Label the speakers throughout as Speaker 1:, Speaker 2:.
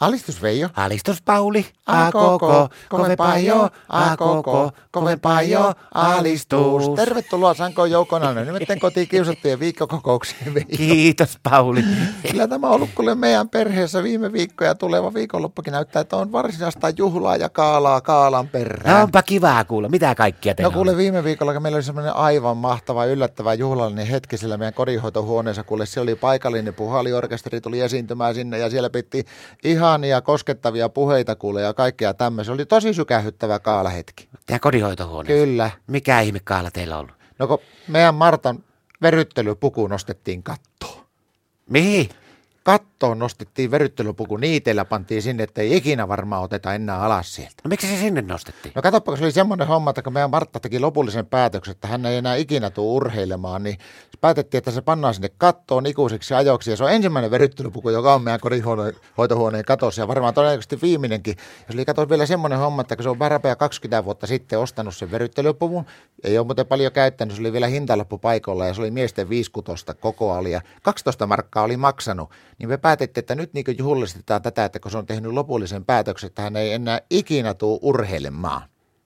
Speaker 1: Alistus Veijo.
Speaker 2: Alistus Pauli,
Speaker 1: A koko, kovempaa jo, a koko, kovempaa jo, alistus. Tervetuloa Sanko Joukona, nimittäin kotiin kiusattujen viikkokokoukseen Veijo.
Speaker 2: Kiitos Pauli.
Speaker 1: Kyllä tämä on ollut kyllä meidän perheessä viime viikko ja tuleva viikonloppukin näyttää, että on varsinaista juhlaa ja kaalaa kaalan perään.
Speaker 2: No onpa kivaa kuulla. Mitä kaikkia teillä
Speaker 1: No kuule,
Speaker 2: on?
Speaker 1: viime viikolla kun meillä oli semmoinen aivan mahtava, yllättävä juhlallinen hetki sillä meidän kodinhoitohuoneessa. Kuule, se oli paikallinen puhaliorkesteri, tuli esiintymään sinne ja siellä pitti ihania, koskettavia puheita kuule ja kaikkea tämmöistä. Se oli tosi sykähyttävä kaalahetki.
Speaker 2: Tämä kodinhoitohuone.
Speaker 1: Kyllä.
Speaker 2: Mikä ihme kaala teillä on ollut?
Speaker 1: No kun meidän Martan verryttelypuku nostettiin kattoon.
Speaker 2: Mihin?
Speaker 1: Kattoon nostettiin verryttelypuku, niitellä pantiin sinne, että ei ikinä varmaan oteta enää alas sieltä.
Speaker 2: No miksi se sinne nostettiin?
Speaker 1: No katsoppa, kun se oli semmoinen homma, että kun meidän Martta teki lopullisen päätöksen, että hän ei enää ikinä tule urheilemaan, niin päätettiin, että se pannaan sinne kattoon ikuiseksi ajoksi. Ja se on ensimmäinen veryttelypuku, joka on meidän kodinhoitohuoneen katossa ja varmaan todennäköisesti viimeinenkin. Ja se oli kato vielä semmoinen homma, että kun se on värapää 20 vuotta sitten ostanut sen veryttelypuvun, ei ole muuten paljon käyttänyt, se oli vielä hintalappu paikalla ja se oli miesten 5-kutosta kokoa oli ja 12 markkaa oli maksanut. Niin me päätettiin, että nyt niin juhlistetaan tätä, että kun se on tehnyt lopullisen päätöksen, että hän ei enää ikinä tule urheilemaan.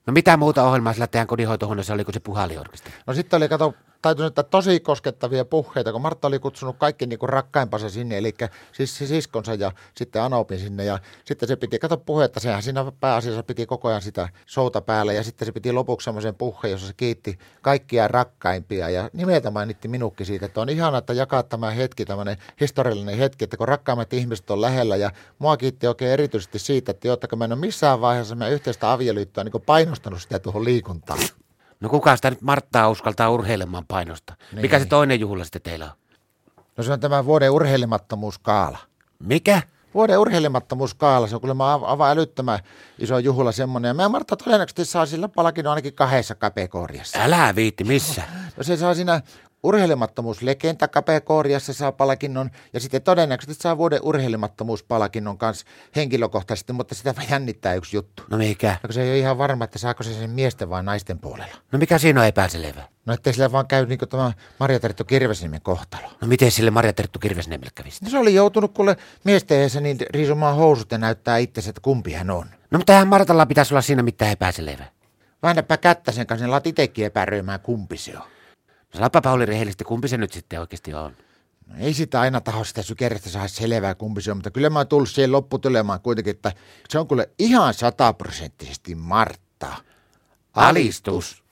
Speaker 2: No mitä muuta ohjelmaa sillä teidän kodinhoitohuoneessa oli kuin se puhaliorkesteri?
Speaker 1: No sitten oli, kato, täytyy sanoa, että tosi koskettavia puheita, kun Martta oli kutsunut kaikki niin kuin rakkaimpansa sinne, eli siis siis siskonsa ja sitten Anopin sinne, ja sitten se piti, kato puhetta, sehän siinä pääasiassa piti koko ajan sitä souta päällä, ja sitten se piti lopuksi semmoisen puheen, jossa se kiitti kaikkia rakkaimpia, ja nimeltä mainitti minukki siitä, että on ihana, että jakaa tämä hetki, tämmöinen historiallinen hetki, että kun rakkaimmat ihmiset on lähellä, ja mua kiitti oikein erityisesti siitä, että jotta kun mä en ole missään vaiheessa meidän yhteistä avioliittoa niin kuin painostanut sitä tuohon liikuntaan.
Speaker 2: No kuka sitä nyt Marttaa uskaltaa urheilemaan painosta? Niin. Mikä se
Speaker 1: Niin.
Speaker 2: toinen juhla sitten teillä on?
Speaker 1: No se on tämä vuoden urheilemattomuuskaala.
Speaker 2: Mikä?
Speaker 1: Vuoden urheilemattomuuskaala, se on kuulemma aivan aivan älyttömän iso juhla semmoinen. Ja meidän Martta todennäköisesti saa sillä palkinnon ainakin kahdessa kategoriassa.
Speaker 2: Älä viitti, missä?
Speaker 1: No se saa siinä urheilemattomuuslegenda kategoriassa saa palkinnon ja sitten todennäköisesti saa vuoden urheilemattomuuspalkinnon kanssa henkilökohtaisesti, mutta sitä vaan jännittää yksi juttu.
Speaker 2: No mikä?
Speaker 1: No kun se ei ole ihan varma, että saako se sen miesten vai naisten puolella.
Speaker 2: No mikä siinä on epäselvä?
Speaker 1: No ettei sillä vaan käy niin kuin tämä Marja Terttu Kirvesniemen kohtalo.
Speaker 2: No miten sille Marja Terttu Kirvesniemelle kävi sitten?
Speaker 1: No se oli joutunut kuule miesteensä niin riisumaan housut ja näyttää itsensä, että kumpi hän on.
Speaker 2: No mutta eihän Martalla pitäisi olla siinä mitään epäselvää.
Speaker 1: Väännäpä kättä sen kanssa, niin alat itsekin epäröimään kumpi se on.
Speaker 2: No sanoppa Pauli rehellisesti, kumpi se nyt sitten oikeasti on?
Speaker 1: No ei sitä aina taho sitä sykeristä saa selvää kumpi se on, mutta kyllä mä oon tullut siihen lopputulemaan kuitenkin, että se on kuule ihan sataprosenttisesti Martta.
Speaker 2: Alistus.